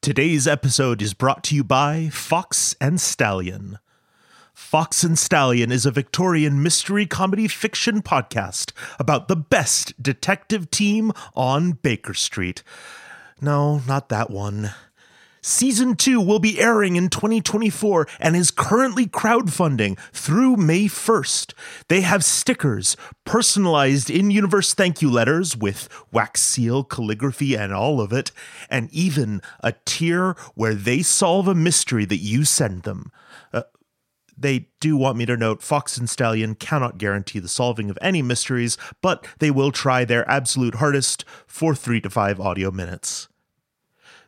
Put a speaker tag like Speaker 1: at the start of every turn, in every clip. Speaker 1: Today's episode is brought to you by Fox and Stallion. Fox and Stallion is a Victorian mystery comedy fiction podcast about the best detective team on Baker Street. No, not that one. Season 2 will be airing in 2024 and is currently crowdfunding through May 1st. They have stickers, personalized in universe thank you letters with wax seal, calligraphy, and all of it, and even a tier where they solve a mystery that you send them. Uh, they do want me to note Fox and Stallion cannot guarantee the solving of any mysteries, but they will try their absolute hardest for three to five audio minutes.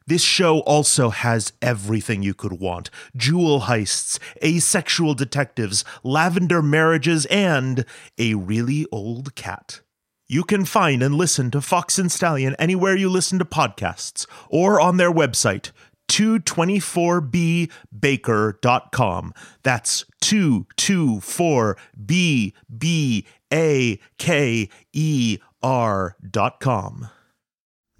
Speaker 1: This show also has everything you could want jewel heists, asexual detectives, lavender marriages, and a really old cat. You can find and listen to Fox and Stallion anywhere you listen to podcasts or on their website, 224bbaker.com. That's E 224bbaker.com.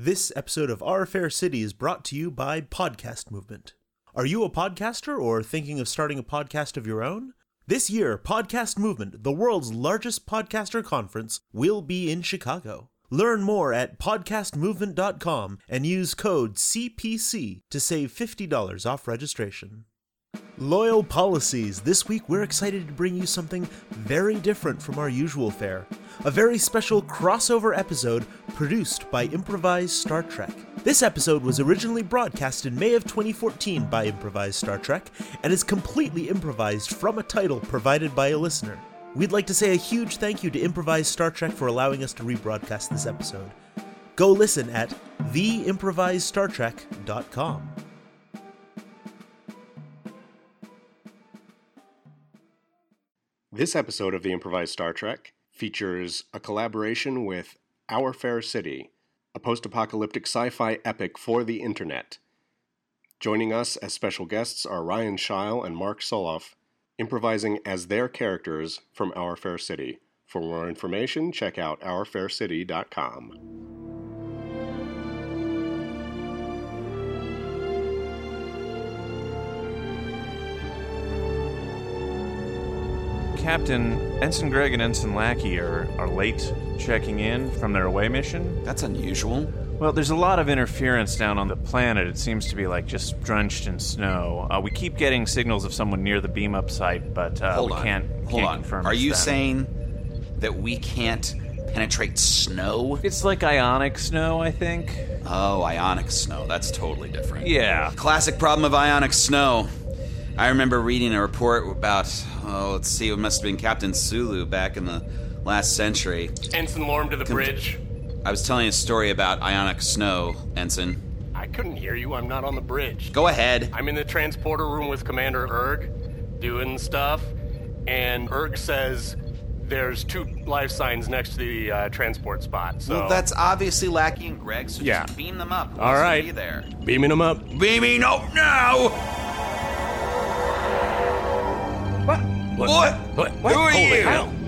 Speaker 1: This episode of Our Fair City is brought to you by Podcast Movement. Are you a podcaster or thinking of starting a podcast of your own? This year, Podcast Movement, the world's largest podcaster conference, will be in Chicago. Learn more at podcastmovement.com and use code CPC to save $50 off registration. Loyal Policies, this week we're excited to bring you something very different from our usual fare. A very special crossover episode produced by Improvised Star Trek. This episode was originally broadcast in May of 2014 by Improvised Star Trek and is completely improvised from a title provided by a listener. We'd like to say a huge thank you to Improvised Star Trek for allowing us to rebroadcast this episode. Go listen at theimprovisedstartrek.com.
Speaker 2: This episode of The Improvised Star Trek features a collaboration with Our Fair City, a post apocalyptic sci fi epic for the internet. Joining us as special guests are Ryan Scheil and Mark Soloff, improvising as their characters from Our Fair City. For more information, check out ourfaircity.com.
Speaker 3: Captain, Ensign Greg and Ensign Lackey are, are late checking in from their away mission.
Speaker 4: That's unusual.
Speaker 3: Well, there's a lot of interference down on the planet. It seems to be like just drenched in snow. Uh, we keep getting signals of someone near the beam up site, but uh,
Speaker 4: Hold
Speaker 3: we
Speaker 4: on.
Speaker 3: can't,
Speaker 4: Hold
Speaker 3: can't
Speaker 4: on.
Speaker 3: confirm.
Speaker 4: Are
Speaker 3: it's
Speaker 4: you
Speaker 3: them.
Speaker 4: saying that we can't penetrate snow?
Speaker 3: it's like ionic snow? I think.
Speaker 4: Oh, ionic snow. That's totally different.
Speaker 3: Yeah.
Speaker 4: Classic problem of ionic snow. I remember reading a report about, oh, let's see, it must have been Captain Sulu back in the last century.
Speaker 5: Ensign Lorm to the bridge.
Speaker 4: I was telling a story about ionic snow, Ensign.
Speaker 5: I couldn't hear you. I'm not on the bridge.
Speaker 4: Go ahead.
Speaker 5: I'm in the transporter room with Commander Erg, doing stuff, and Erg says there's two life signs next to the uh, transport spot. So
Speaker 4: Well, that's obviously Lackey and Greg, so
Speaker 5: Yeah.
Speaker 4: just beam them up. We'll
Speaker 5: All
Speaker 4: see
Speaker 5: right.
Speaker 4: you there.
Speaker 5: beaming him up.
Speaker 4: Beaming up now! What? What?
Speaker 6: What?
Speaker 4: Who are
Speaker 6: Holy
Speaker 4: you?
Speaker 6: hell.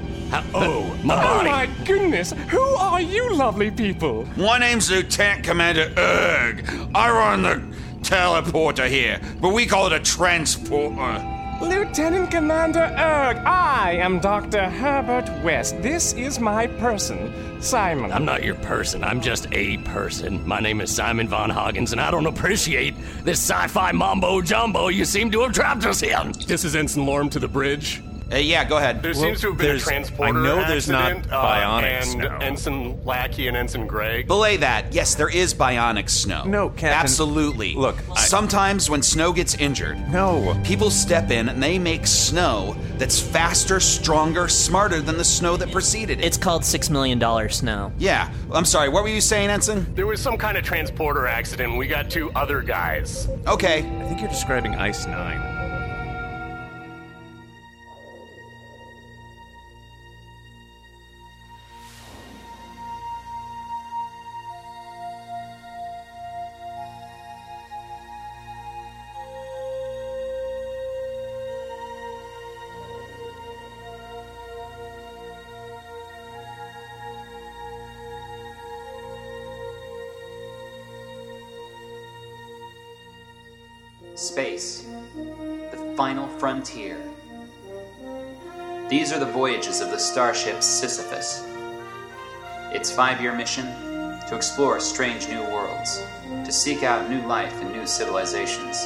Speaker 5: Oh
Speaker 6: Oh my goodness! Who are you, lovely people?
Speaker 4: My name's Lieutenant Commander Erg. I run the teleporter here, but we call it a transporter.
Speaker 6: Lieutenant Commander Erg, I am Dr. Herbert West. This is my person, Simon.
Speaker 7: I'm not your person. I'm just a person. My name is Simon Von Hoggins, and I don't appreciate this sci-fi mambo jumbo you seem to have trapped us in.
Speaker 5: This is Ensign Lorm to the bridge.
Speaker 4: Uh, yeah, go ahead.
Speaker 5: There seems to have been a
Speaker 3: there's-
Speaker 5: transporter
Speaker 3: I know there's not
Speaker 5: accident,
Speaker 4: uh,
Speaker 3: bionics
Speaker 5: and
Speaker 3: now.
Speaker 5: Ensign Lackey and Ensign Greg.
Speaker 4: Belay that. Yes, there is bionic snow.
Speaker 3: No, Captain.
Speaker 4: Absolutely.
Speaker 3: Look, I-
Speaker 4: sometimes when snow gets injured,
Speaker 3: No.
Speaker 4: people step in and they make snow that's faster, stronger, smarter than the snow that preceded it.
Speaker 8: It's called Six Million Dollar Snow.
Speaker 4: yeah. I'm sorry. What were you saying, Ensign?
Speaker 5: There was some kind of transporter accident. We got two other guys.
Speaker 4: Okay.
Speaker 3: I think you're describing Ice Nine.
Speaker 9: Space. The final frontier. These are the voyages of the starship Sisyphus. Its five year mission to explore strange new worlds, to seek out new life and new civilizations,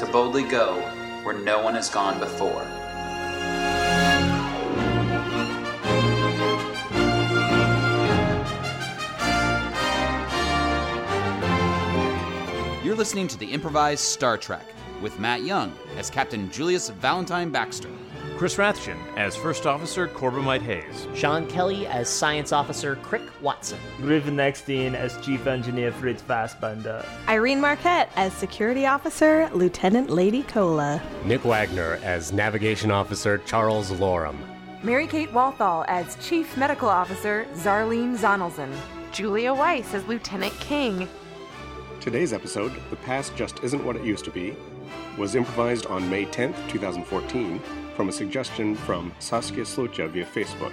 Speaker 9: to boldly go where no one has gone before.
Speaker 4: You're listening to the improvised Star Trek with Matt Young as Captain Julius Valentine Baxter.
Speaker 3: Chris Rathjen as First Officer Corbomite Hayes.
Speaker 8: Sean Kelly as Science Officer Crick Watson.
Speaker 10: Griffin Eckstein as Chief Engineer Fritz Fassbender.
Speaker 11: Irene Marquette as Security Officer Lieutenant Lady Cola.
Speaker 12: Nick Wagner as Navigation Officer Charles Loram.
Speaker 13: Mary Kate Walthall as Chief Medical Officer Zarlene Zonelson. Julia Weiss as Lieutenant King.
Speaker 2: Today's episode, The Past Just Isn't What It Used to Be, was improvised on May 10th, 2014, from a suggestion from Saskia Slucha via Facebook.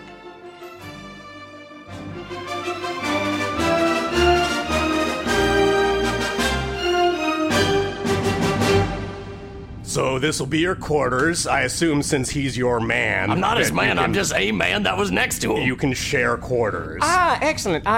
Speaker 14: So this will be your quarters, I assume, since he's your man.
Speaker 7: I'm not his
Speaker 14: that
Speaker 7: man,
Speaker 14: you
Speaker 7: I'm just a man that was next to him.
Speaker 14: You can share quarters.
Speaker 6: Ah, excellent. Uh,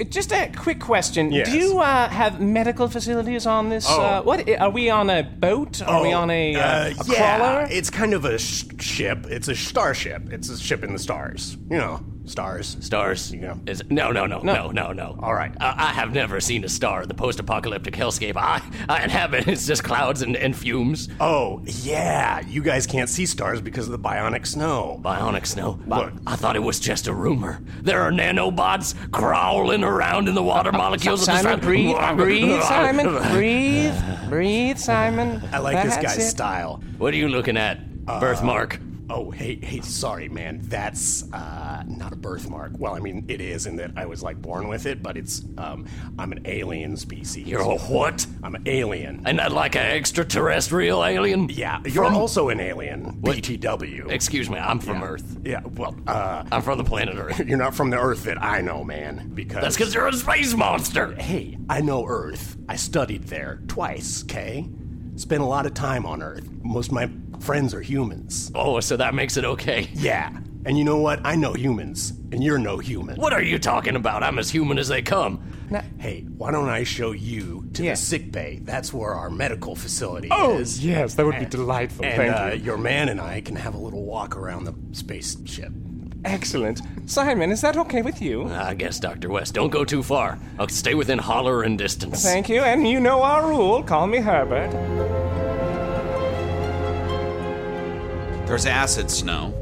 Speaker 6: uh, just a quick question.
Speaker 14: Yes.
Speaker 6: Do you uh, have medical facilities on this?
Speaker 14: Oh.
Speaker 6: Uh, what are we on a boat? Are
Speaker 7: Oh,
Speaker 6: we on a, uh, a
Speaker 14: yeah,
Speaker 6: crawler?
Speaker 14: It's kind of a sh- ship. It's a starship. It's a ship in the stars. You know, stars.
Speaker 7: Stars.
Speaker 14: You know.
Speaker 7: Is, no, no, no,
Speaker 14: No.
Speaker 7: no, no, no.
Speaker 14: All right.
Speaker 7: Uh, I have never seen a star. The post-apocalyptic hellscape I, I inhabit is just clouds and, and fumes.
Speaker 14: Oh, yeah. You guys can't see stars because of the bionic snow.
Speaker 7: Bionic snow?
Speaker 14: Look.
Speaker 7: I thought it was just a rumor. There are nanobots crawling around in the water molecules of the
Speaker 6: Simon,
Speaker 7: stra-
Speaker 6: breathe, breathe, Simon, breathe, breathe, Simon.
Speaker 14: I like this
Speaker 6: That's
Speaker 14: guy's
Speaker 6: it. Uh,
Speaker 14: style.
Speaker 7: What are you looking at? Birthmark.
Speaker 14: Oh, hey, hey, sorry, man. That's uh, not a birthmark. Well, I mean, it is in that I was like born with it, but it's um, I'm an alien species.
Speaker 7: You're a what?
Speaker 14: I'm an alien.
Speaker 7: And not like an extraterrestrial alien?
Speaker 14: Yeah, you're also an alien. BTW.
Speaker 7: Excuse me, I'm from Earth.
Speaker 14: Yeah, well, uh,
Speaker 7: I'm from the planet Earth.
Speaker 14: you're not from the Earth that I know, man. Because
Speaker 7: That's because you're a space monster.
Speaker 14: Hey, I know Earth. I studied there twice. Okay, spent a lot of time on Earth. Most of my friends are humans.
Speaker 7: Oh, so that makes it okay.
Speaker 14: Yeah, and you know what? I know humans, and you're no human.
Speaker 7: What are you talking about? I'm as human as they come.
Speaker 14: Hey, why don't I show you to the sick bay? That's where our medical facility
Speaker 12: Oh,
Speaker 14: is.
Speaker 12: yes, that would be delightful.
Speaker 14: And
Speaker 12: Thank
Speaker 14: uh,
Speaker 12: you.
Speaker 14: your man and I can have a little walk around the spaceship.
Speaker 6: Excellent. Simon, is that okay with you?
Speaker 7: I guess, Dr. West, don't go too far. I'll stay within holler and distance.
Speaker 6: Thank you, and you know our rule. Call me Herbert.
Speaker 4: There's acid snow.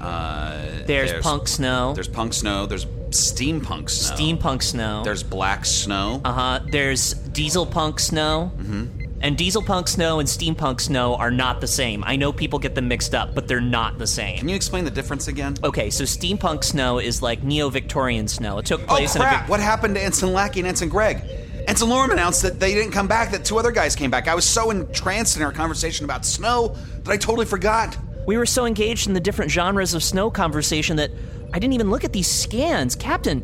Speaker 4: Uh,
Speaker 8: There's punk snow.
Speaker 4: There's punk snow. There's steampunk snow.
Speaker 8: Steampunk snow.
Speaker 4: There's black snow.
Speaker 8: Uh huh. There's diesel punk snow. Mm-hmm. And diesel punk snow and steampunk snow are not the same. I know people get them mixed up, but they're not the same.
Speaker 4: Can you explain the difference again?
Speaker 8: Okay, so steampunk snow is like neo Victorian snow. It took place
Speaker 4: oh
Speaker 8: in a.
Speaker 4: crap!
Speaker 8: Vic-
Speaker 4: what happened to Ensign Lackey and Ensign Gregg? Ensign Lorem announced that they didn't come back. That two other guys came back. I was so entranced in our conversation about snow that I totally forgot.
Speaker 8: We were so engaged in the different genres of snow conversation that I didn't even look at these scans. Captain,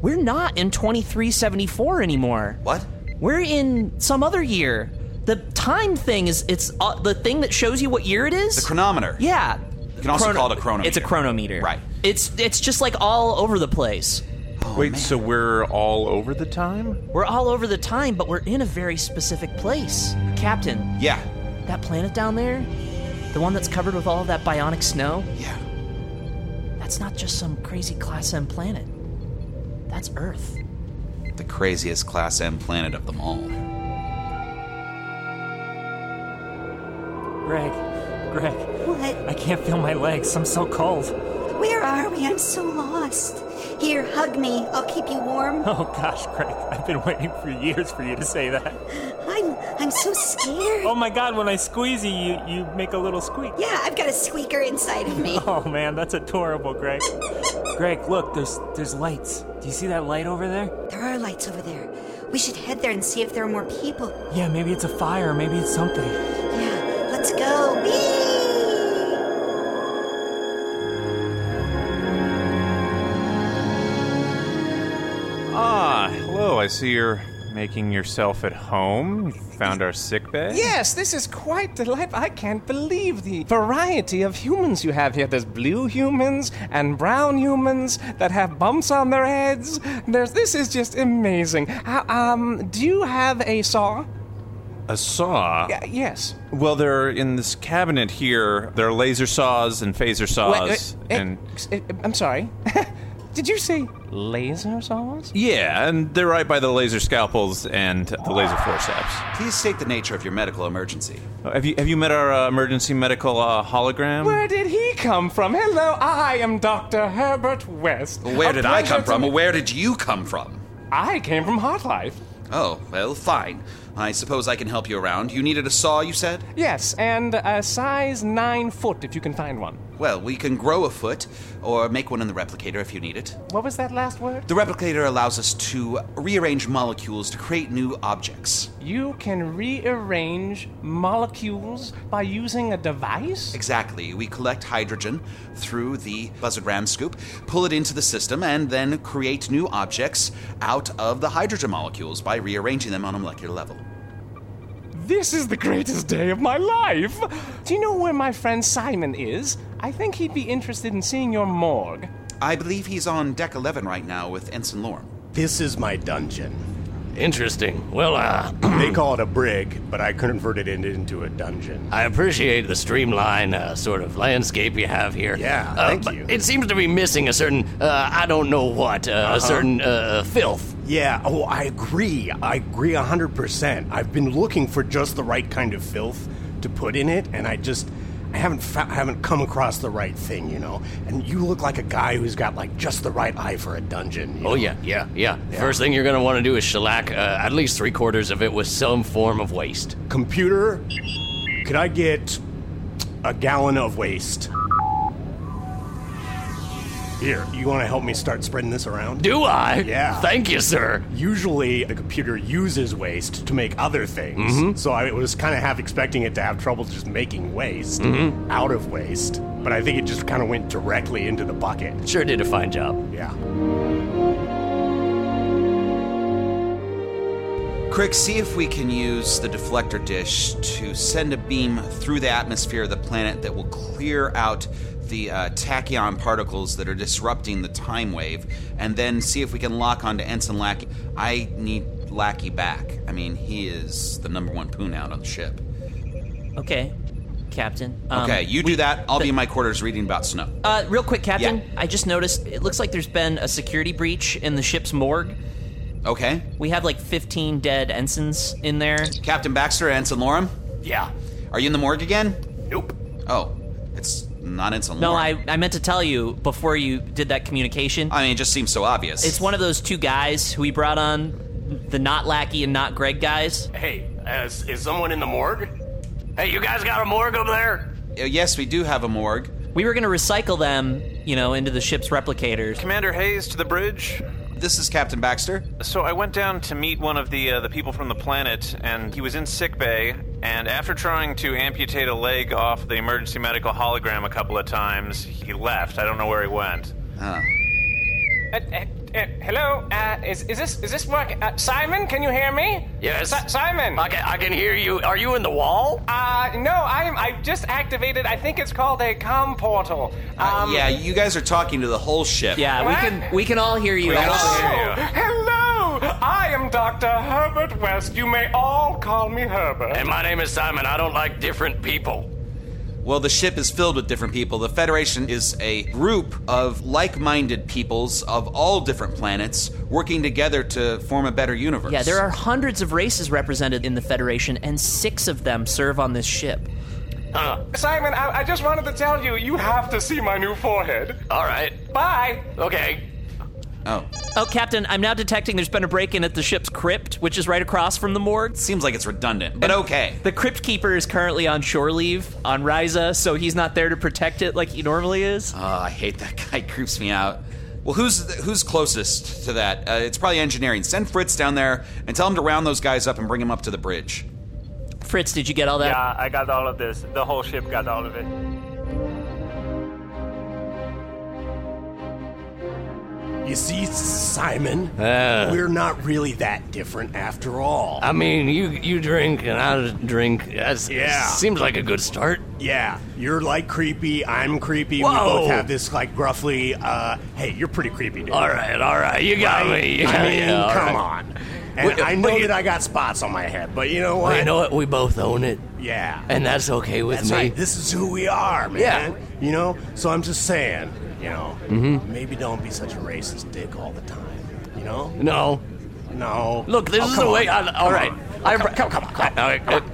Speaker 8: we're not in 2374 anymore.
Speaker 4: What?
Speaker 8: We're in some other year. The time thing is it's uh, the thing that shows you what year it is?
Speaker 4: The chronometer.
Speaker 8: Yeah.
Speaker 4: You can also call it a chronometer.
Speaker 8: It's a chronometer.
Speaker 4: Right.
Speaker 8: It's it's just like all over the place.
Speaker 4: Oh,
Speaker 3: Wait, so we're all over the time?
Speaker 8: We're all over the time, but we're in a very specific place. Captain,
Speaker 4: Yeah.
Speaker 8: that planet down there, the one that's covered with all that bionic snow,
Speaker 4: Yeah.
Speaker 8: That's not just some crazy class M planet. That's Earth.
Speaker 4: The craziest Class M planet of them all.
Speaker 15: Greg, Greg,
Speaker 16: What?
Speaker 15: I can't feel my legs. I'm so cold.
Speaker 16: Where are we? I'm so lost. Here, hug me. I'll keep you warm.
Speaker 15: Oh gosh, Greg, I've been waiting for years for you to say that.
Speaker 16: I'm I'm so scared.
Speaker 15: Oh my god, when I squeeze you, you, you make a little squeak.
Speaker 16: Yeah, I've got a squeaker inside of me.
Speaker 15: Oh man, that's adorable, Greg. Greg, look, there's there's lights. Do you see that light over there?
Speaker 16: There are lights over there. We should head there and see if there are more people.
Speaker 15: Yeah, maybe it's a fire, maybe it's something.
Speaker 16: Yeah, let's go. Whee!
Speaker 3: Ah, hello. I see you're Making yourself at home? You found our sick bay?
Speaker 6: Yes, this is quite delightful. I can't believe the variety of humans you have here. There's blue humans and brown humans that have bumps on their heads. There's this is just amazing. Uh, um, do you have a saw?
Speaker 3: A saw?
Speaker 6: Y- yes.
Speaker 3: Well, there are in this cabinet here, there are laser saws and phaser saws.
Speaker 6: Wait, wait,
Speaker 3: and
Speaker 6: eh, I'm sorry. Did you say laser saws?
Speaker 3: Yeah, and they're right by the laser scalpels and the laser forceps.
Speaker 4: Please state the nature of your medical emergency.
Speaker 3: Uh, Have you have you met our uh, emergency medical uh, hologram?
Speaker 6: Where did he come from? Hello, I am Dr. Herbert West.
Speaker 4: Where
Speaker 6: A
Speaker 4: did I
Speaker 6: pleasure
Speaker 4: come
Speaker 6: to
Speaker 4: from?
Speaker 6: meet-
Speaker 4: Or where did you come from?
Speaker 6: I came from Hot Life.
Speaker 4: Oh, well, fine. I suppose I can help you around. You needed a saw, you said?
Speaker 6: Yes, and a size 9 foot if you can find one.
Speaker 4: Well, we can grow a foot, or make one in the replicator if you need it.
Speaker 6: What was that last word?
Speaker 4: The replicator allows us to rearrange molecules to create new objects.
Speaker 6: You can rearrange molecules by using a device?
Speaker 4: Exactly. We collect hydrogen through the Buzzard Ram scoop, pull it into the system, and then create new objects out of the hydrogen molecules by rearranging them on a molecular level.
Speaker 6: This is the greatest day of my life! Do you know where my friend Simon is? I think he'd be interested in seeing your morgue.
Speaker 4: I believe he's on deck 11 right now with Ensign Lorm.
Speaker 14: This is my dungeon.
Speaker 7: Interesting. Well, uh,
Speaker 14: they call it a brig, but I converted it into a dungeon.
Speaker 7: I appreciate the streamline uh, sort of landscape you have here.
Speaker 14: Yeah,
Speaker 7: Uh,
Speaker 14: thank
Speaker 7: but
Speaker 14: you.
Speaker 7: It seems to be missing a certain, uh, I don't know what, uh,
Speaker 14: Uh-huh.
Speaker 7: a certain uh, filth.
Speaker 14: Yeah, oh, I agree. I agree 100%. I've been looking for just the right kind of filth to put in it, and I just I haven't fa- haven't come across the right thing, you know. And you look like a guy who's got like just the right eye for a dungeon. you
Speaker 7: Oh,
Speaker 14: know?
Speaker 7: yeah, yeah, yeah, First thing you're going to want to do is shellac uh, at least three quarters of it with some form of waste.
Speaker 14: Computer, could I get a gallon of waste? Here, you want to help me start spreading this around?
Speaker 7: Do I?
Speaker 14: Yeah.
Speaker 7: Thank you, sir.
Speaker 14: Usually, the computer uses waste to make other things.
Speaker 7: Mhm.
Speaker 14: So I was kind of half expecting it to have trouble just making waste
Speaker 7: Mhm.
Speaker 14: out of waste. But I think it just kind of went directly into the bucket.
Speaker 7: Sure did a fine job.
Speaker 14: Yeah.
Speaker 4: Crick, see if we can use the deflector dish to send a beam through the atmosphere of the planet that will clear out the uh, tachyon particles that are disrupting the time wave, and then see if we can lock onto Ensign Lackey. I need Lackey back. I mean, he is the number one poon out on the ship.
Speaker 8: Okay, Captain. Um,
Speaker 4: okay, you do that. I'll be in my quarters reading about snow.
Speaker 8: Uh, real quick, Captain. I just noticed it looks like there's been a security breach in the ship's morgue.
Speaker 4: Okay.
Speaker 8: We have like 15 dead ensigns in there.
Speaker 4: Captain Baxter, Ensign Lorem?
Speaker 7: Yeah.
Speaker 4: Are you in the morgue again? Nope. Oh, it's not Ensign
Speaker 8: No,
Speaker 4: Lorem.
Speaker 8: I, I meant to tell you before you did that communication.
Speaker 4: I mean, it just seems so obvious.
Speaker 8: It's one of those two guys who we brought on, the not Lackey and not Greg guys.
Speaker 5: Hey, uh, is, is someone in the morgue? Hey, you guys got a morgue over there?
Speaker 4: Uh, yes, we do have a morgue.
Speaker 8: We were going to recycle them, you know, into the ship's replicators.
Speaker 3: Commander Hayes to the bridge.
Speaker 4: This is Captain Baxter.
Speaker 3: So I went down to meet one of the uh, the people from the planet, and he was in sickbay. And after trying to amputate a leg off the emergency medical hologram a couple of times, he left. I don't know where he went.
Speaker 6: Uh, uh, uh, hello, uh, is, is this is this work? Uh, Simon, can you hear me?
Speaker 7: Yes.
Speaker 6: Si- Simon.
Speaker 7: I can, I can hear you. Are you in the wall?
Speaker 6: Uh, no, I'm I've just activated. I think it's called a com portal.
Speaker 7: Uh,
Speaker 6: Um,
Speaker 4: yeah, you guys are talking to the whole ship.
Speaker 8: Yeah, we can we can all hear you.
Speaker 4: We can all hear
Speaker 6: Hello, oh, hello. I am Dr. Herbert West. You may all call me Herbert.
Speaker 7: And my name is Simon. I don't like different people.
Speaker 4: Well, the ship is filled with different people. The Federation is a group of like minded peoples of all different planets working together to form a better universe.
Speaker 8: Yeah, there are hundreds of races represented in the Federation, and six of them serve on this ship.
Speaker 6: Simon, I, I just wanted to tell you, you have to see my new forehead.
Speaker 7: All right.
Speaker 6: Bye.
Speaker 7: Okay.
Speaker 4: Oh.
Speaker 8: Oh, Captain, I'm now detecting there's been a break in at the ship's crypt, which is right across from the morgue.
Speaker 4: Seems like it's redundant, but okay.
Speaker 8: The crypt keeper is currently on shore leave on Ryza, so he's not there to protect it like he normally is.
Speaker 4: Oh, I hate that guy. Creeps me out. Well, who's who's closest to that? Uh, it's probably engineering. Send Fritz down there and tell him to round those guys up and bring them up to the bridge.
Speaker 8: Fritz, did you get all that?
Speaker 17: Yeah, Uh, I got all of this. The whole ship got all of it.
Speaker 14: You see, Simon,
Speaker 7: Uh.
Speaker 14: we're not really that different after all.
Speaker 7: I mean, you you drink and I drink. That's,
Speaker 14: Yeah.
Speaker 7: Seems like a good start.
Speaker 14: Yeah, you're like creepy. I'm creepy. We
Speaker 7: Whoa.
Speaker 14: both have this like gruffly. Uh, hey, you're pretty creepy, dude.
Speaker 7: All right, all right, you got
Speaker 14: Right?
Speaker 7: me. Yeah,
Speaker 14: I mean,
Speaker 7: yeah, all
Speaker 14: come
Speaker 7: right.
Speaker 14: on. And
Speaker 7: Wait,
Speaker 14: I know
Speaker 7: wait.
Speaker 14: that I got spots on my head, but you know
Speaker 7: Well,
Speaker 14: what?
Speaker 7: you know what? We both own it.
Speaker 14: Yeah.
Speaker 7: And that's okay with
Speaker 14: That's
Speaker 7: me.
Speaker 14: right. This is who we are, man. You know. So I'm just saying, you know,
Speaker 7: Mhm.
Speaker 14: maybe don't be such a racist dick all the time. You know.
Speaker 7: No.
Speaker 14: No.
Speaker 7: Look, this
Speaker 14: Oh,
Speaker 7: is
Speaker 14: come
Speaker 7: the way.
Speaker 14: on.
Speaker 7: I, all
Speaker 14: Come
Speaker 7: right.
Speaker 14: on.
Speaker 7: I, come, come, come,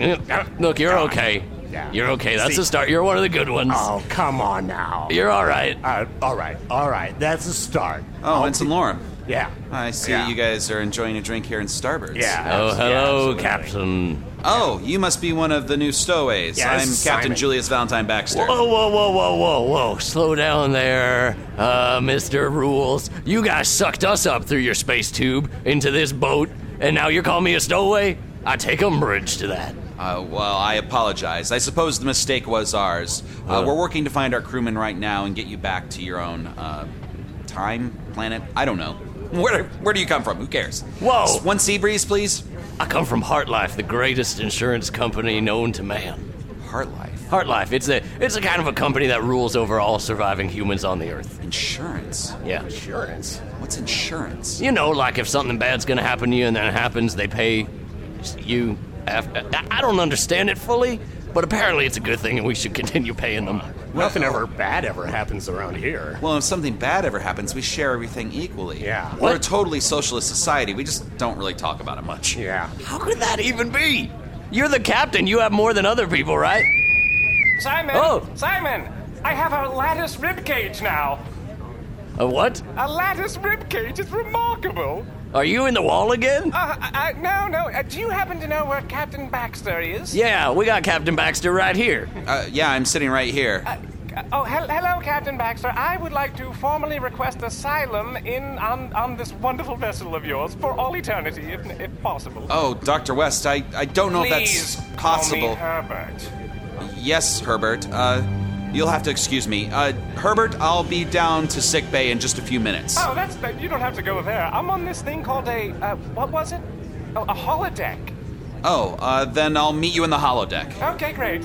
Speaker 7: Look, you're okay. You're okay. That's
Speaker 14: See-
Speaker 7: a start. You're one of the good ones.
Speaker 14: Oh, come on now.
Speaker 7: You're all right.
Speaker 14: Uh, all right. All right. That's a start.
Speaker 4: Oh, Ensign Laura.
Speaker 14: Yeah.
Speaker 4: I see
Speaker 14: Yeah.
Speaker 4: you guys are enjoying a drink here in Starburst.
Speaker 14: Yeah.
Speaker 7: Oh, hello, Captain.
Speaker 4: Oh, you must be one of the new stowaways.
Speaker 7: Yes,
Speaker 4: I'm Captain
Speaker 7: Simon.
Speaker 4: Julius Valentine Baxter.
Speaker 7: Whoa, whoa, whoa, whoa, whoa, whoa. Slow down there, uh, Mr. Rules. You guys sucked us up through your space tube into this boat, and now you're calling me a stowaway? I take umbrage to that.
Speaker 4: Uh, well, I apologize. I suppose the mistake was ours. Uh,
Speaker 7: Uh.
Speaker 4: We're working to find our crewman right now and get you back to your own uh, time, planet. I don't know. Where Where do you come from? Who cares?
Speaker 7: Whoa!
Speaker 4: One sea breeze, please.
Speaker 7: I come from Heartlife, the greatest insurance company known to man.
Speaker 4: Heartlife?
Speaker 7: Heartlife. It's a it's a kind of a company that rules over all surviving humans on the Earth.
Speaker 4: Insurance.
Speaker 7: Yeah.
Speaker 14: Insurance.
Speaker 4: What's insurance?
Speaker 7: You know, like if something bad's gonna happen to you and then it happens, they pay you. After. I- I don't understand it fully, but apparently it's a good thing and we should continue paying them.
Speaker 14: Nothing ever bad ever happens around here.
Speaker 4: Well, if something bad ever happens, we share everything equally. Yeah. We're
Speaker 7: What?
Speaker 4: a totally socialist society. We just don't really talk about it much.
Speaker 14: Yeah.
Speaker 7: How could that even be? You're the captain. You have more than other people, right?
Speaker 5: Simon!
Speaker 7: Oh.
Speaker 5: Simon! I have a lattice ribcage now.
Speaker 7: A Uh, what?
Speaker 5: A lattice ribcage is remarkable.
Speaker 7: Are you in the wall again?
Speaker 5: Uh, I, I, no, no. Uh, do you happen to know where Captain Baxter is?
Speaker 7: Yeah, we got Captain Baxter right here.
Speaker 4: Uh, yeah, I'm sitting right here.
Speaker 5: Uh, oh, hel- hello, Captain Baxter. I would like to formally request asylum in on, on this wonderful vessel of yours for all eternity, if, if possible.
Speaker 4: Oh, Dr. West, I, I don't know
Speaker 5: Please
Speaker 4: if that's
Speaker 5: call me
Speaker 4: possible.
Speaker 5: Herbert.
Speaker 4: Yes, Herbert. Uh, you'll have to excuse me. Uh, Herbert, I'll be down to sick bay in just a few minutes.
Speaker 5: Oh, that's that- you don't have to go there. I'm on this thing called a uh, what was it? A, a holodeck.
Speaker 4: Oh, uh, then I'll meet you in the holodeck.
Speaker 5: Okay, great.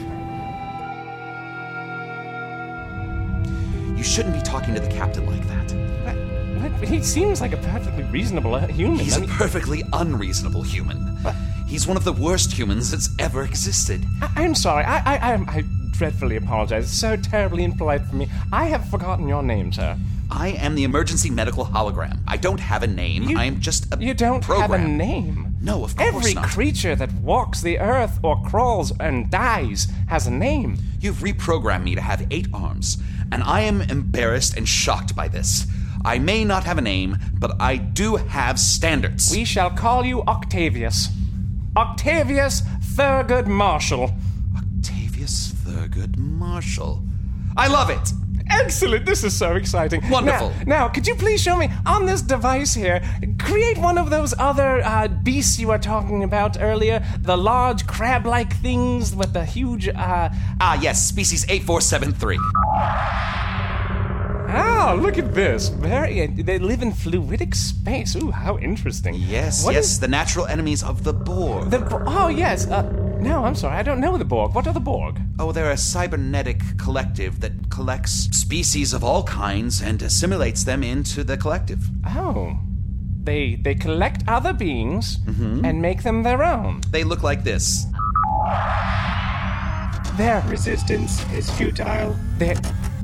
Speaker 4: You shouldn't be talking to the captain like that.
Speaker 6: What? He seems like a perfectly reasonable uh, human.
Speaker 4: He's
Speaker 6: I
Speaker 4: a
Speaker 6: mean,
Speaker 4: perfectly unreasonable human. He's one of the worst humans that's ever existed.
Speaker 6: I- I'm sorry. I, I, I, I dreadfully apologize. It's so terribly impolite for me. I have forgotten your name, sir.
Speaker 4: I am the emergency medical hologram. I don't have a name. I am just a
Speaker 6: You don't have a
Speaker 4: program.
Speaker 6: name.
Speaker 4: No, of course
Speaker 6: Every
Speaker 4: not.
Speaker 6: creature that walks the earth or crawls and dies has a name.
Speaker 4: You've reprogrammed me to have eight arms, and I am embarrassed and shocked by this. I may not have a name, but I do have standards.
Speaker 6: We shall call you Octavius. Octavius Thurgood Marshall.
Speaker 4: Octavius Thurgood Marshall. I love it!
Speaker 6: Excellent! This is so exciting.
Speaker 4: Wonderful.
Speaker 6: Now, now, could you please show me on this device here? Create one of those other uh, beasts you were talking about earlier. The large crab like things with the huge. Uh...
Speaker 4: Ah, yes, species 8473.
Speaker 6: Ah, look at this. Very. They live in fluidic space. Ooh, how interesting.
Speaker 4: Yes,
Speaker 6: What
Speaker 4: yes,
Speaker 6: is
Speaker 4: the natural enemies of the Borg.
Speaker 6: the. Bo- Oh, yes. Uh, no, I'm sorry. I don't know the Borg. What are the Borg?
Speaker 4: Oh, they're a cybernetic collective that collects species of all kinds and assimilates them into the collective.
Speaker 6: Oh. They, they collect other beings
Speaker 4: Mm-hmm.
Speaker 6: and make them their own.
Speaker 4: They look like this.
Speaker 6: There.
Speaker 18: Resistance is futile.
Speaker 6: They're,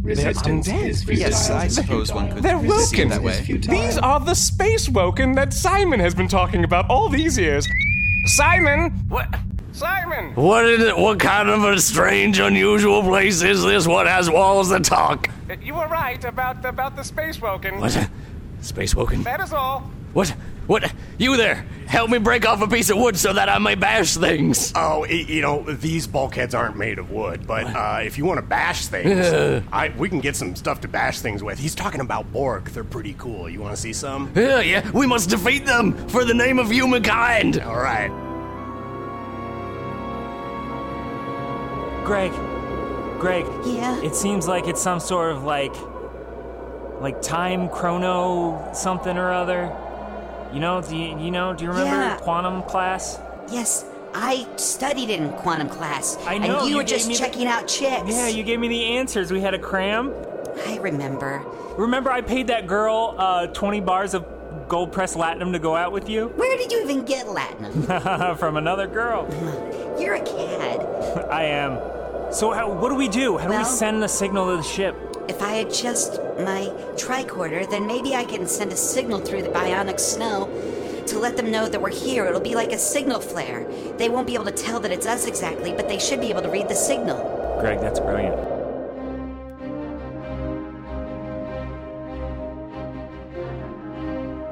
Speaker 18: Resistance
Speaker 6: undead.
Speaker 18: is futile.
Speaker 4: Yes, I suppose one could
Speaker 6: They're
Speaker 4: see it
Speaker 6: woken.
Speaker 4: that way.
Speaker 6: These are the space woken that Simon has been talking about all these years. Simon!
Speaker 5: What? Simon!
Speaker 7: What is it? What kind of a strange, unusual place is this? What has walls that talk?
Speaker 5: Uh, You were right about the, about the space woken.
Speaker 7: What? Space woken.
Speaker 5: That is all.
Speaker 7: What? What? You there? Help me break off a piece of wood so that I may bash things.
Speaker 14: Oh, y- you know these bulkheads aren't made of wood, but uh, if you want to bash things,
Speaker 7: Yeah.
Speaker 14: I, we can get some stuff to bash things with. He's talking about Borg; they're pretty cool. You want to see some?
Speaker 7: Yeah, yeah, we must defeat them for the name of humankind.
Speaker 14: All right.
Speaker 19: Greg, Greg.
Speaker 16: Yeah.
Speaker 19: It seems like it's some sort of like
Speaker 15: like time chrono something or other. You know, do you, you know, do you remember
Speaker 16: Yeah.
Speaker 15: quantum class?
Speaker 16: Yes, I studied in quantum class.
Speaker 15: I know,
Speaker 16: And you,
Speaker 15: you
Speaker 16: were
Speaker 15: gave
Speaker 16: just
Speaker 15: me the-
Speaker 16: checking out chicks.
Speaker 15: Yeah, you gave me the answers. We had a cram.
Speaker 16: I remember.
Speaker 15: Remember, I paid that girl uh, 20 bars of gold pressed latinum to go out with you?
Speaker 16: Where did you even get Latin?
Speaker 15: From another girl.
Speaker 16: You're a cad.
Speaker 15: I am. So, how, what do we do? How do we
Speaker 16: Well-
Speaker 15: send the signal to the ship?
Speaker 16: If I adjust my tricorder, then maybe I can send a signal through the bionic snow to let them know that we're here. It'll be like a signal flare. They won't be able to tell that it's us exactly, but they should be able to read the signal.
Speaker 15: Greg, that's brilliant.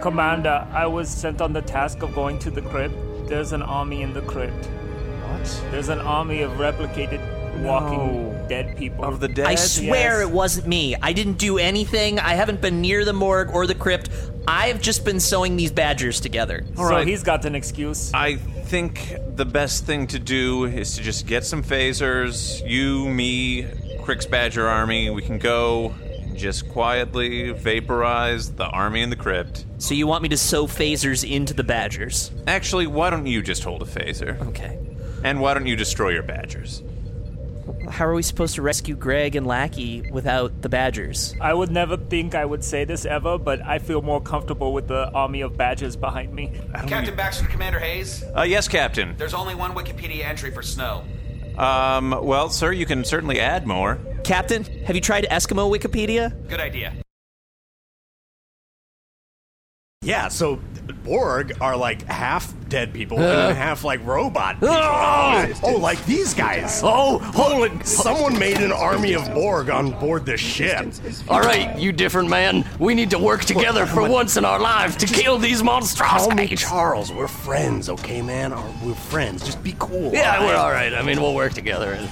Speaker 15: Commander, I was sent on the task of going to the crypt. There's an army in the crypt. What? There's an army of replicated walking dead people. Of the dead?
Speaker 8: I swear it wasn't me. I didn't do anything. I haven't been near the morgue or the crypt. I've just been sewing these badgers together.
Speaker 3: All right. So he's
Speaker 15: got an excuse.
Speaker 3: I think the best thing to do is to just get some phasers. You, me, Crick's Badger Army. We can go and just quietly vaporize the army in the crypt.
Speaker 8: So you want me to sew phasers into the badgers?
Speaker 3: Actually, why don't you just hold a phaser?
Speaker 8: Okay.
Speaker 3: And why don't you destroy your badgers?
Speaker 8: How are we supposed to rescue Greg and Lackey without the badgers?
Speaker 15: I would never think I would say this ever, but I feel more comfortable with the army of badgers behind me.
Speaker 4: Captain Baxter, Commander Hayes.
Speaker 3: Uh, yes, Captain.
Speaker 4: There's only one Wikipedia entry for snow.
Speaker 3: Um, well, sir, you can certainly add more.
Speaker 8: Captain, have you tried Eskimo Wikipedia?
Speaker 4: Good idea.
Speaker 14: Yeah, so Borg are like half dead people and
Speaker 7: Uh.
Speaker 19: Huh?
Speaker 14: then half like robot people.
Speaker 19: Oh!
Speaker 14: oh, like these guys.
Speaker 19: Oh, hold it.
Speaker 14: Someone made an army of Borg on board the ship.
Speaker 19: All right, you different man. We need to work together for once in our lives to kill these monstrosities.
Speaker 14: Call me Charles. We're friends, okay, man? Or We're friends. Just be cool.
Speaker 19: Yeah, we're all right. I mean, we'll work together. And...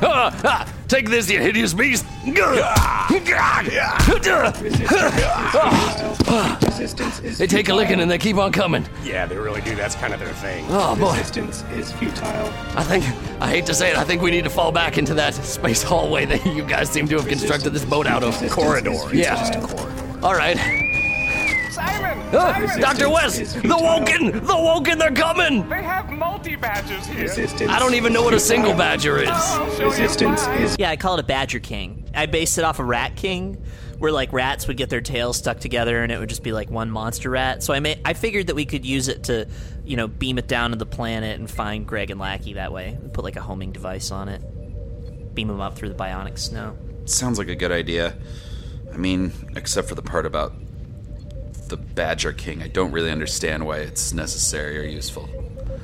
Speaker 19: Ah, ah, take this, you hideous beast! Ah. They take a licking and they keep on coming.
Speaker 20: Yeah, they really do. That's kind of their thing.
Speaker 19: Oh, boy.
Speaker 18: Resistance is futile.
Speaker 19: I think I hate to say it. I think we need to fall back into that space hallway that you guys seem to have constructed this boat out of.
Speaker 18: Corridor. It's
Speaker 19: Yeah.
Speaker 18: just a
Speaker 19: All right.
Speaker 17: Simon!
Speaker 8: Oh,
Speaker 19: Ah,
Speaker 17: Simon!
Speaker 19: Dr. West, the Woken, the Woken, they're coming.
Speaker 17: They have multi badges here. Oh,
Speaker 19: I don't even know what a single badger is.
Speaker 8: Yeah, I call it a badger king. I based it off a rat king, where like rats would get their tails stuck together and it would just be like one monster rat. So I may- I figured that we could use it to, you know, beam it down to the planet and find Greg and Lackey that way. Put like a homing device on it, beam them up through the bionic snow.
Speaker 4: Sounds like a good idea. I mean, except for the part about the Badger King. I don't really understand why it's necessary or useful.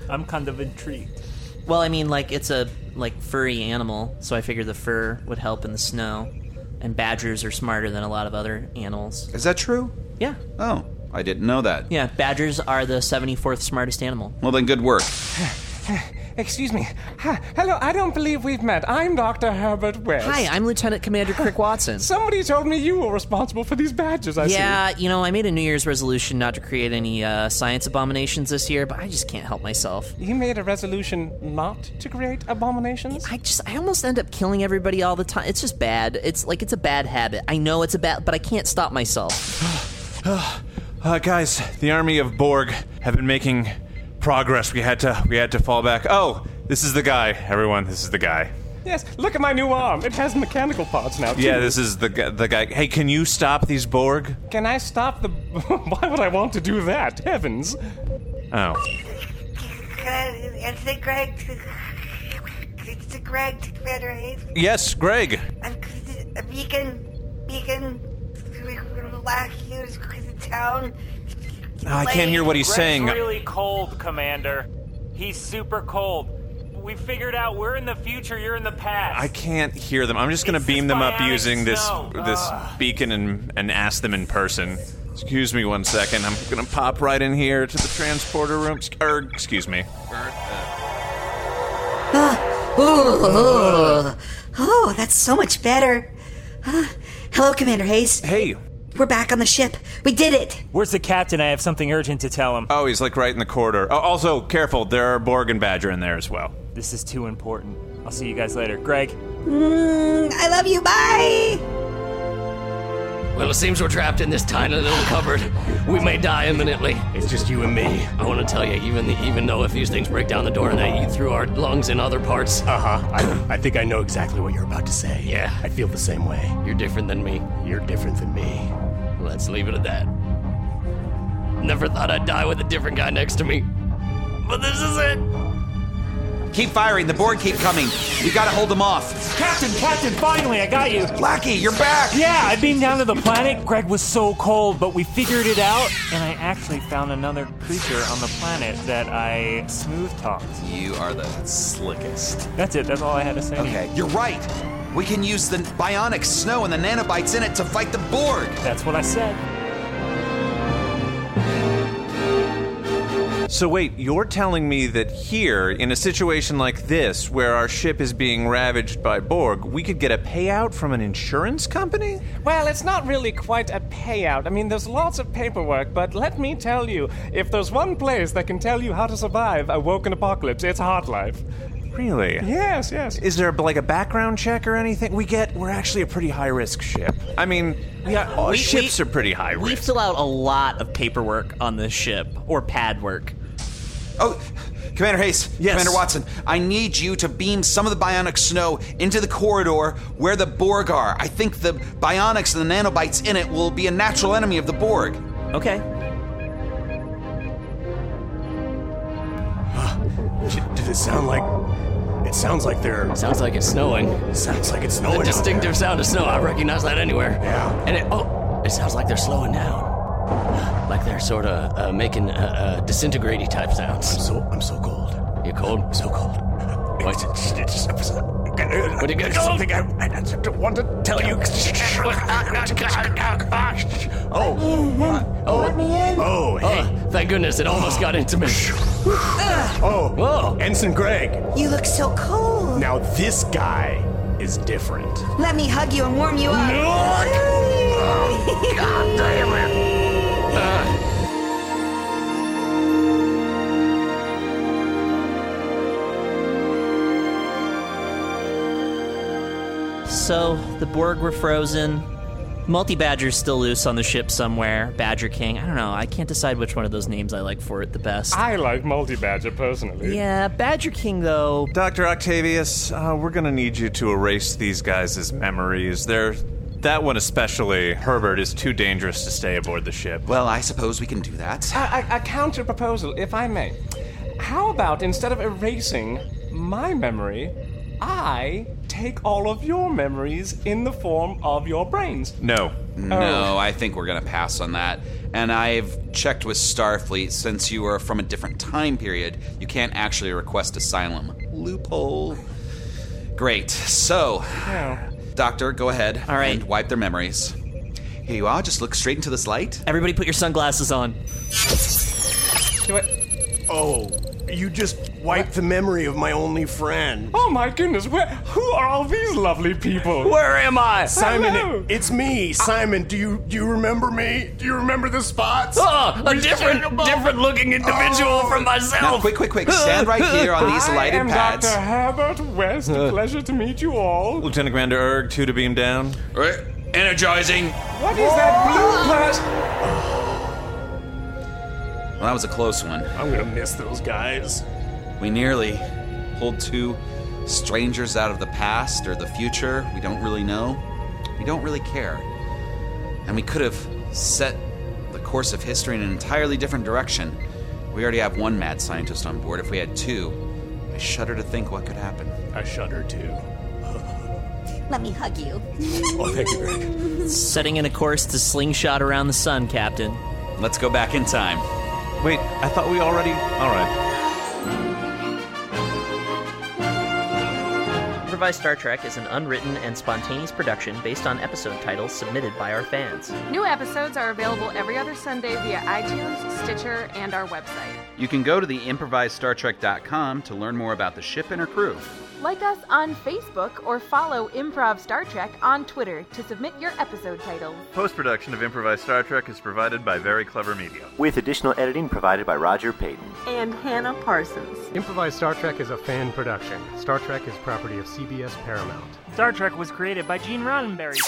Speaker 15: I'm kind of intrigued.
Speaker 8: Well, I mean, like it's a like furry animal, so I figured the fur would help in the snow. And badgers are smarter than a lot of other animals.
Speaker 4: Is that true?
Speaker 8: Yeah.
Speaker 4: Oh, I didn't know that.
Speaker 8: Yeah, badgers are the 74th smartest animal.
Speaker 4: Well, then, good work.
Speaker 6: Excuse me. Ha, hello, I don't believe we've met. I'm Dr. Herbert West.
Speaker 8: Hi, I'm Lieutenant Commander Crick Watson.
Speaker 6: Somebody told me you were responsible for these badges, I see.
Speaker 8: yeah, you know, I made a New Year's resolution not to create any uh, science abominations this year, but I just can't help myself.
Speaker 6: You made a resolution not to create abominations?
Speaker 8: I just, I almost end up killing everybody all the time. It's just bad. It's like it's a bad habit. I know it's a bad, but I can't stop myself.
Speaker 3: Uh, guys, the army of Borg have been making progress. We had to we had to fall back. Oh, this is the guy, everyone. This is the guy.
Speaker 6: Yes, look at my new arm. It has mechanical parts now, too.
Speaker 3: Yeah, this is the gu- the guy. Hey, can you stop these Borg?
Speaker 6: Can I stop the. Why would I want to do that? Heavens.
Speaker 3: Oh,
Speaker 16: It's the Greg. It's the Greg to Commander Hayes.
Speaker 3: yes, Greg.
Speaker 16: A beacon. Beacon. Black Hughes, the town.
Speaker 3: I can't hear what he's
Speaker 15: Greg's
Speaker 3: saying.
Speaker 15: really cold, Commander. He's super cold. We figured out we're in the future, you're in the past.
Speaker 3: I can't hear them. I'm just gonna beam them up
Speaker 15: bionic
Speaker 3: using this
Speaker 15: snow.
Speaker 3: this beacon and and ask them in person. Excuse me one second. I'm gonna pop right in here to the transporter room. Er, excuse me.
Speaker 16: Oh, oh, that's so much better. Huh? Hello, Commander Hayes.
Speaker 3: Hey.
Speaker 16: We're back on the ship. We did it.
Speaker 15: Where's the captain? I have something urgent to tell him.
Speaker 3: Oh, he's like right in the corridor. Oh, also, careful. There are Borg and Badger in there as well.
Speaker 15: This is too important. I'll see you guys later. Greg.
Speaker 16: Mm, I love you. Bye.
Speaker 19: Well, it seems we're trapped in this tiny little cupboard. We may die imminently.
Speaker 14: It's just you and me.
Speaker 19: I want to tell you, even even though if these things break down the door and they eat through our lungs and other parts.
Speaker 14: Uh huh. I, I think I know exactly what you're about to say. Yeah. I feel the same way.
Speaker 19: You're different than me.
Speaker 14: You're different than me.
Speaker 19: Let's leave it at that. Never thought I'd die with a different guy next to me. But this is it.
Speaker 4: Keep firing. The board keep coming. We gotta hold them off.
Speaker 15: Captain, Captain, finally, I got you.
Speaker 4: Blackie, you're back.
Speaker 15: Yeah, I beamed down to the planet. Greg was so cold, but we figured it out. And I actually found another creature on the planet that I smooth talked.
Speaker 4: You are the slickest.
Speaker 15: That's it. That's all I had to say.
Speaker 4: Okay, you're right. We can use the bionic snow and the nanobites in it to fight the Borg.
Speaker 15: That's what I said.
Speaker 3: So, wait, you're telling me that here, in a situation like this, where our ship is being ravaged by Borg, we could get a payout from an insurance company?
Speaker 6: Well, it's not really quite a payout. I mean, there's lots of paperwork, but let me tell you, if there's one place that can tell you how to survive a woken apocalypse, it's Hot Life.
Speaker 3: Really?
Speaker 6: Yes, yes.
Speaker 3: Is there like a background check or anything? We get we're actually a pretty high risk ship. I mean, yeah, all
Speaker 8: We-
Speaker 3: ships
Speaker 8: we-
Speaker 3: are pretty high risk.
Speaker 8: We fill out a lot of paperwork on this ship, or pad work.
Speaker 4: Oh, Commander Hayes, Commander Watson, I need you to beam some of the bionic snow into the corridor where the Borg are. I think the bionics and the nanobites in it will be a natural enemy of the Borg.
Speaker 8: Okay.
Speaker 14: Shit, Did it sound like? It sounds like they're.
Speaker 19: Sounds like it's snowing.
Speaker 14: Sounds like it's snowing.
Speaker 19: The
Speaker 14: out
Speaker 19: Oh, distinctive
Speaker 14: there.
Speaker 19: sound of snow. I recognize that anywhere.
Speaker 14: Yeah.
Speaker 19: And it, oh, it sounds like they're slowing down. Like they're sort of uh, making uh, uh, disintegrating type sounds. I'm
Speaker 14: so I'm so cold.
Speaker 19: You're cold.
Speaker 14: so cold. It's, it's, it's, it's,
Speaker 19: What do you got?
Speaker 14: it's something I, I don't want to tell you. Oh,
Speaker 19: Oh,
Speaker 14: oh, hey.
Speaker 19: Oh, thank goodness it almost got into me.
Speaker 14: oh,
Speaker 19: whoa,
Speaker 14: Ensign Greg.
Speaker 16: You look so cold.
Speaker 14: Now this guy is different.
Speaker 16: Let me hug you and warm you up.
Speaker 14: God damn it!
Speaker 19: Uh,
Speaker 8: So the Borg were frozen. Multi Badger's still loose on the ship somewhere. Badger King. I don't know. I can't decide which one of those names I like for it the best.
Speaker 6: I like Multi Badger personally.
Speaker 8: Yeah, Badger King though.
Speaker 3: Dr. Octavius, uh, we're gonna need you to erase these guys' memories. They're that one especially, Herbert, is too dangerous to stay aboard the ship.
Speaker 4: Well, I suppose we can do that.
Speaker 6: A, a, a counter proposal, if I may. How about instead of erasing my memory, I take all of your memories in the form of your brains?
Speaker 3: No.
Speaker 4: Hmm. No, I think we're going to pass on that. And I've checked with Starfleet. Since you are from a different time period, you can't actually request asylum. Loophole. Great. So, Doctor, go ahead All right. and wipe their memories. Here you are. Just look straight into this light.
Speaker 8: Everybody put your sunglasses on.
Speaker 6: Do it.
Speaker 14: Oh, you just wiped the memory of my only friend.
Speaker 6: Oh my goodness, where, who are all these lovely people?
Speaker 14: Where am
Speaker 19: I?
Speaker 14: Simon,
Speaker 6: Hello.
Speaker 14: it's me. Simon, do you do you remember me? Do you remember the spots?
Speaker 19: Oh, a
Speaker 14: We
Speaker 19: different,
Speaker 14: shared 'em all.
Speaker 19: different looking individual
Speaker 14: Oh.
Speaker 19: from myself.
Speaker 4: Now, quick, quick, quick. Stand right here on these
Speaker 6: I
Speaker 4: lighted
Speaker 6: am
Speaker 4: pads.
Speaker 6: Dr. Herbert West. Pleasure to meet you all.
Speaker 3: Lieutenant Commander Erg, two to beam down.
Speaker 19: Energizing.
Speaker 6: What is that blue person?
Speaker 4: Well, that was a close one.
Speaker 14: I'm gonna miss those guys.
Speaker 4: We nearly pulled two strangers out of the past or the future. We don't really know. We don't really care. And we could have set the course of history in an entirely different direction. We already have one mad scientist on board. If we had two, I shudder to think what could happen.
Speaker 14: I shudder too.
Speaker 16: Let me hug you.
Speaker 14: Oh, thank you, Greg.
Speaker 8: Setting in a course to slingshot around the sun, Captain.
Speaker 4: Let's go back in time.
Speaker 3: Wait, I thought we already Alright.
Speaker 8: Improvised Star Trek is an unwritten and spontaneous production based on episode titles submitted by our fans.
Speaker 13: New episodes are available every other Sunday via iTunes, Stitcher, and our website.
Speaker 4: You can go to the improvisedstartrek.com to learn more about the ship and her crew.
Speaker 13: Like us on Facebook or follow Improv Star Trek on Twitter to submit your episode titles.
Speaker 3: Post production of Improvised Star Trek is provided by Very Clever Media.
Speaker 21: with additional editing provided by Roger Payton.
Speaker 13: And Hannah Parsons.
Speaker 20: Improvised Star Trek is a fan production. Star Trek is property of CBS Paramount.
Speaker 15: Star Trek was created by Gene Roddenberry.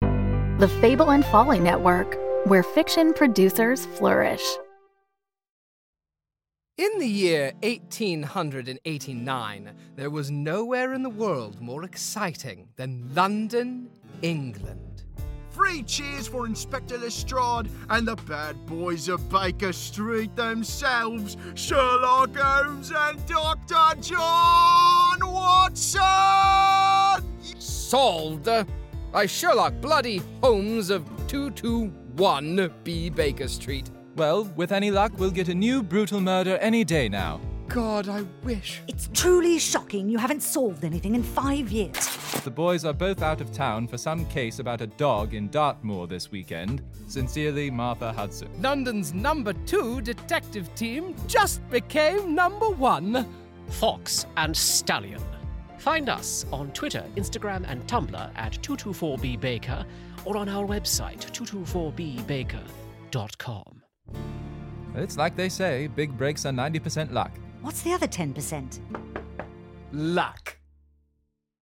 Speaker 22: The Fable and Folly Network, where fiction producers flourish.
Speaker 23: In the year 1889, there was nowhere in the world more exciting than London, England.
Speaker 24: Three cheers for Inspector Lestrade and the bad boys of Baker Street themselves, Sherlock Holmes and Dr. John Watson!
Speaker 23: Solved by Sherlock Bloody Holmes of 221B Baker Street.
Speaker 25: Well, with any luck, we'll get a new brutal murder any day now.
Speaker 23: God, I wish.
Speaker 26: It's truly shocking you haven't solved anything in five years.
Speaker 25: The boys are both out of town for some case about a dog in Dartmoor this weekend. Sincerely, Martha Hudson.
Speaker 23: London's number two detective team just became number one.
Speaker 27: Fox and Stallion. Find us on Twitter, Instagram, and Tumblr at 224bbaker or on our website, 224bbaker.com.
Speaker 25: It's like they say big breaks are 90% luck.
Speaker 26: What's the other 10%?
Speaker 23: Luck.